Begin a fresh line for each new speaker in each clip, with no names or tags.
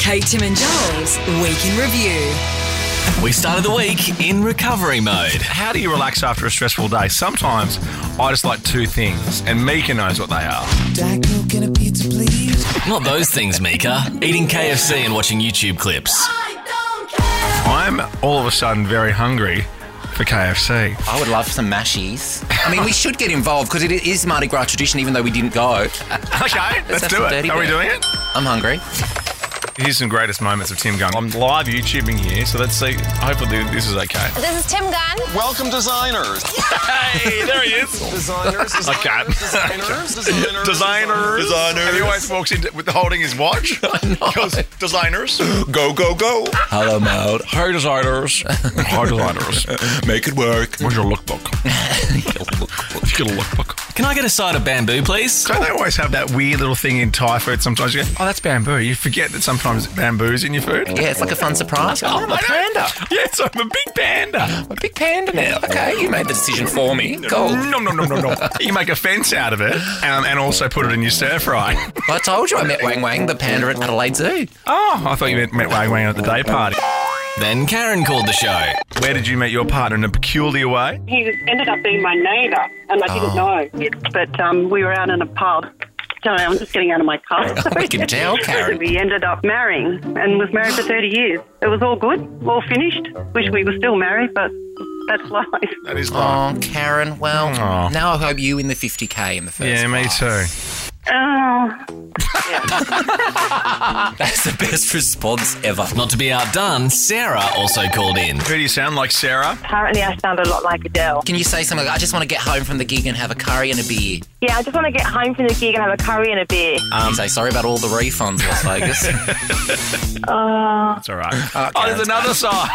Kate, Tim, and Joel's Week in Review.
We started the week in recovery mode.
How do you relax after a stressful day? Sometimes I just like two things, and Mika knows what they are.
Diet Coke and a pizza, please.
Not those things, Mika. Eating KFC and watching YouTube clips.
I'm all of a sudden very hungry for KFC.
I would love some mashies. I mean, we should get involved because it is Mardi Gras tradition, even though we didn't go.
Okay, let's
have
do
some
it.
dirty
Are we
work.
doing it?
I'm hungry.
Here's some greatest moments of Tim Gunn. I'm live YouTubing here, so let's see. Hopefully, this is okay.
This is Tim Gunn.
Welcome, designers.
Hey, there he is.
Designers, designers,
can't.
designers, designers,
Designers. And he always walks in with holding his watch. Goes, Designers.
Go, go, go.
Hello, mode.
Hey, designers. Hi, designers.
Make it work.
Where's your lookbook? Let's get a lookbook.
Can I get a side of bamboo, please?
Don't they always have that weird little thing in Thai food? Sometimes you go, oh, that's bamboo. You forget that sometimes bamboo's in your food.
Yeah, it's like a fun surprise. Oh, I'm a panda.
Yes, I'm a big panda.
I'm a big panda now. Okay, you made the decision for me. Cool.
Mm, Nom, nom, nom, nom, nom. You make a fence out of it um, and also put it in your stir fry.
I told you I met Wang Wang, the panda at Adelaide Zoo.
Oh, I thought you meant met Wang Wang at the day party.
Then Karen called the show.
Where did you meet your partner in a peculiar way?
he ended up being my neighbour, and I
Oh.
didn't know. Yes, but um, we were out in a pub. Sorry, I'm just getting out of my car.
I Oh, can tell, Karen.
We ended up marrying and was married for 30 years. It was all good, all finished. Wish we were still married, but that's life.
That is life.
Oh, Karen. Well,
Aw.
now I hope you win the 50k in the first.
Yeah, me
class.
too.
Oh,
That's the best response ever.
Not to be outdone, Sarah also called in.
Who do you sound like, Sarah?
Apparently, I sound a lot like Adele.
Can you say something like, I just want to get home from the gig and have a curry and a beer?
Yeah, I just want to get home from the gig and have a curry and a beer.
Can you say, sorry about all the refunds, Las Vegas?
That's all right.
Uh,
oh, there's another side.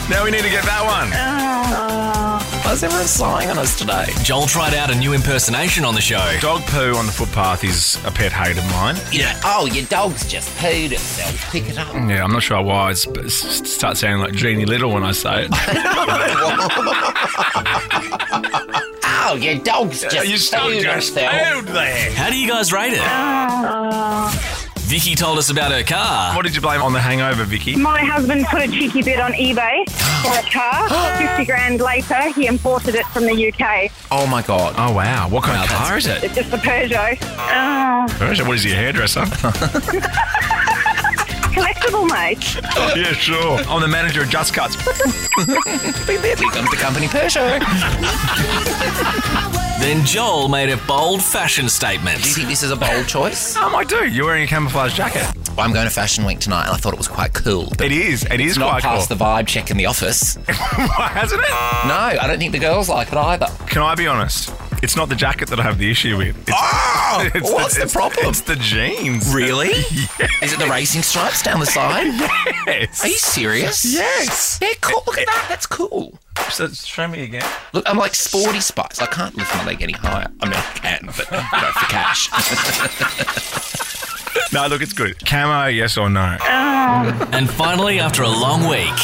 now we need to get that
Uh.
one.
Why is everyone sighing on us today?
Joel tried out a new impersonation on the show.
Dog poo on the footpath is a pet hate of mine.
Yeah. Oh, your dog's just pooed itself. Pick it up.
Yeah, I'm not sure why I s- s- start sounding like Jeannie Little when I say it.
Oh, your dog's just pooed itself.
there.
How do you guys rate it? Vicky told us about her car.
What did you blame on the hangover, Vicky?
My husband put a cheeky bid on eBay for a car. 50 grand later, he imported it from the UK.
Oh my god.
Oh wow, what kind of car is it?
It's just a Peugeot.
What is your hairdresser?
Collectible, mate.
yeah, sure. I'm the manager of Just Cuts.
There comes the company Peugeot.
Then Joel made a bold fashion
Do you
statement.
think this is a bold choice?
Um, I do. You're wearing a camouflage jacket.
Well, I'm going to Fashion Week tonight and I thought it was quite cool. But
It is. It is
it's not
quite
past
cool.
the vibe check in the office.
Why hasn't it?
No, I don't think the girls like it either.
Can I be honest? It's not the jacket that I have the issue with. It's,
Oh,
it's
what's the,
it's-
problem?
It's the jeans.
really? Is it the racing stripes down the side?
Yes.
Are you serious?
Yes.
They're cool. Look at that. That's cool.
So, show me again.
Look, I'm like sporty spice. I can't lift my leg any higher. I mean, I can, but you know, for cash.
No, look, it's good. Camo, yes or no?
And finally, after a long week,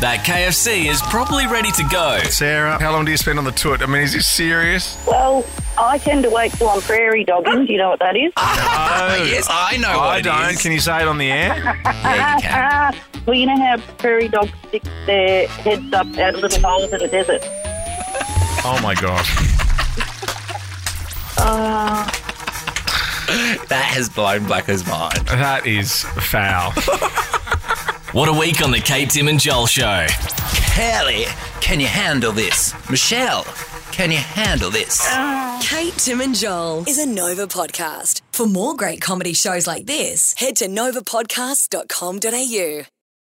that KFC is probably ready to go.
Sarah, how long do you spend on the tour? I mean, is this serious?
Oh,
Well, I tend to wait till I'm prairie dogging. Do you know what that is?
Oh,
yes, I know what
I
it
don't.
is.
Can you say it on the air?
Yeah, you can.
well, you know how prairie dogs stick their heads up out of little holes in the desert?
oh my god.
That has blown Blacker's mind.
That is foul.
What a week on the Kate, Tim, and Joel show.
Kelly, can you handle this? Michelle, can you handle this?
Kate, Tim, and Joel is a Nova podcast. For more great comedy shows like this, head to novapodcast.com.au.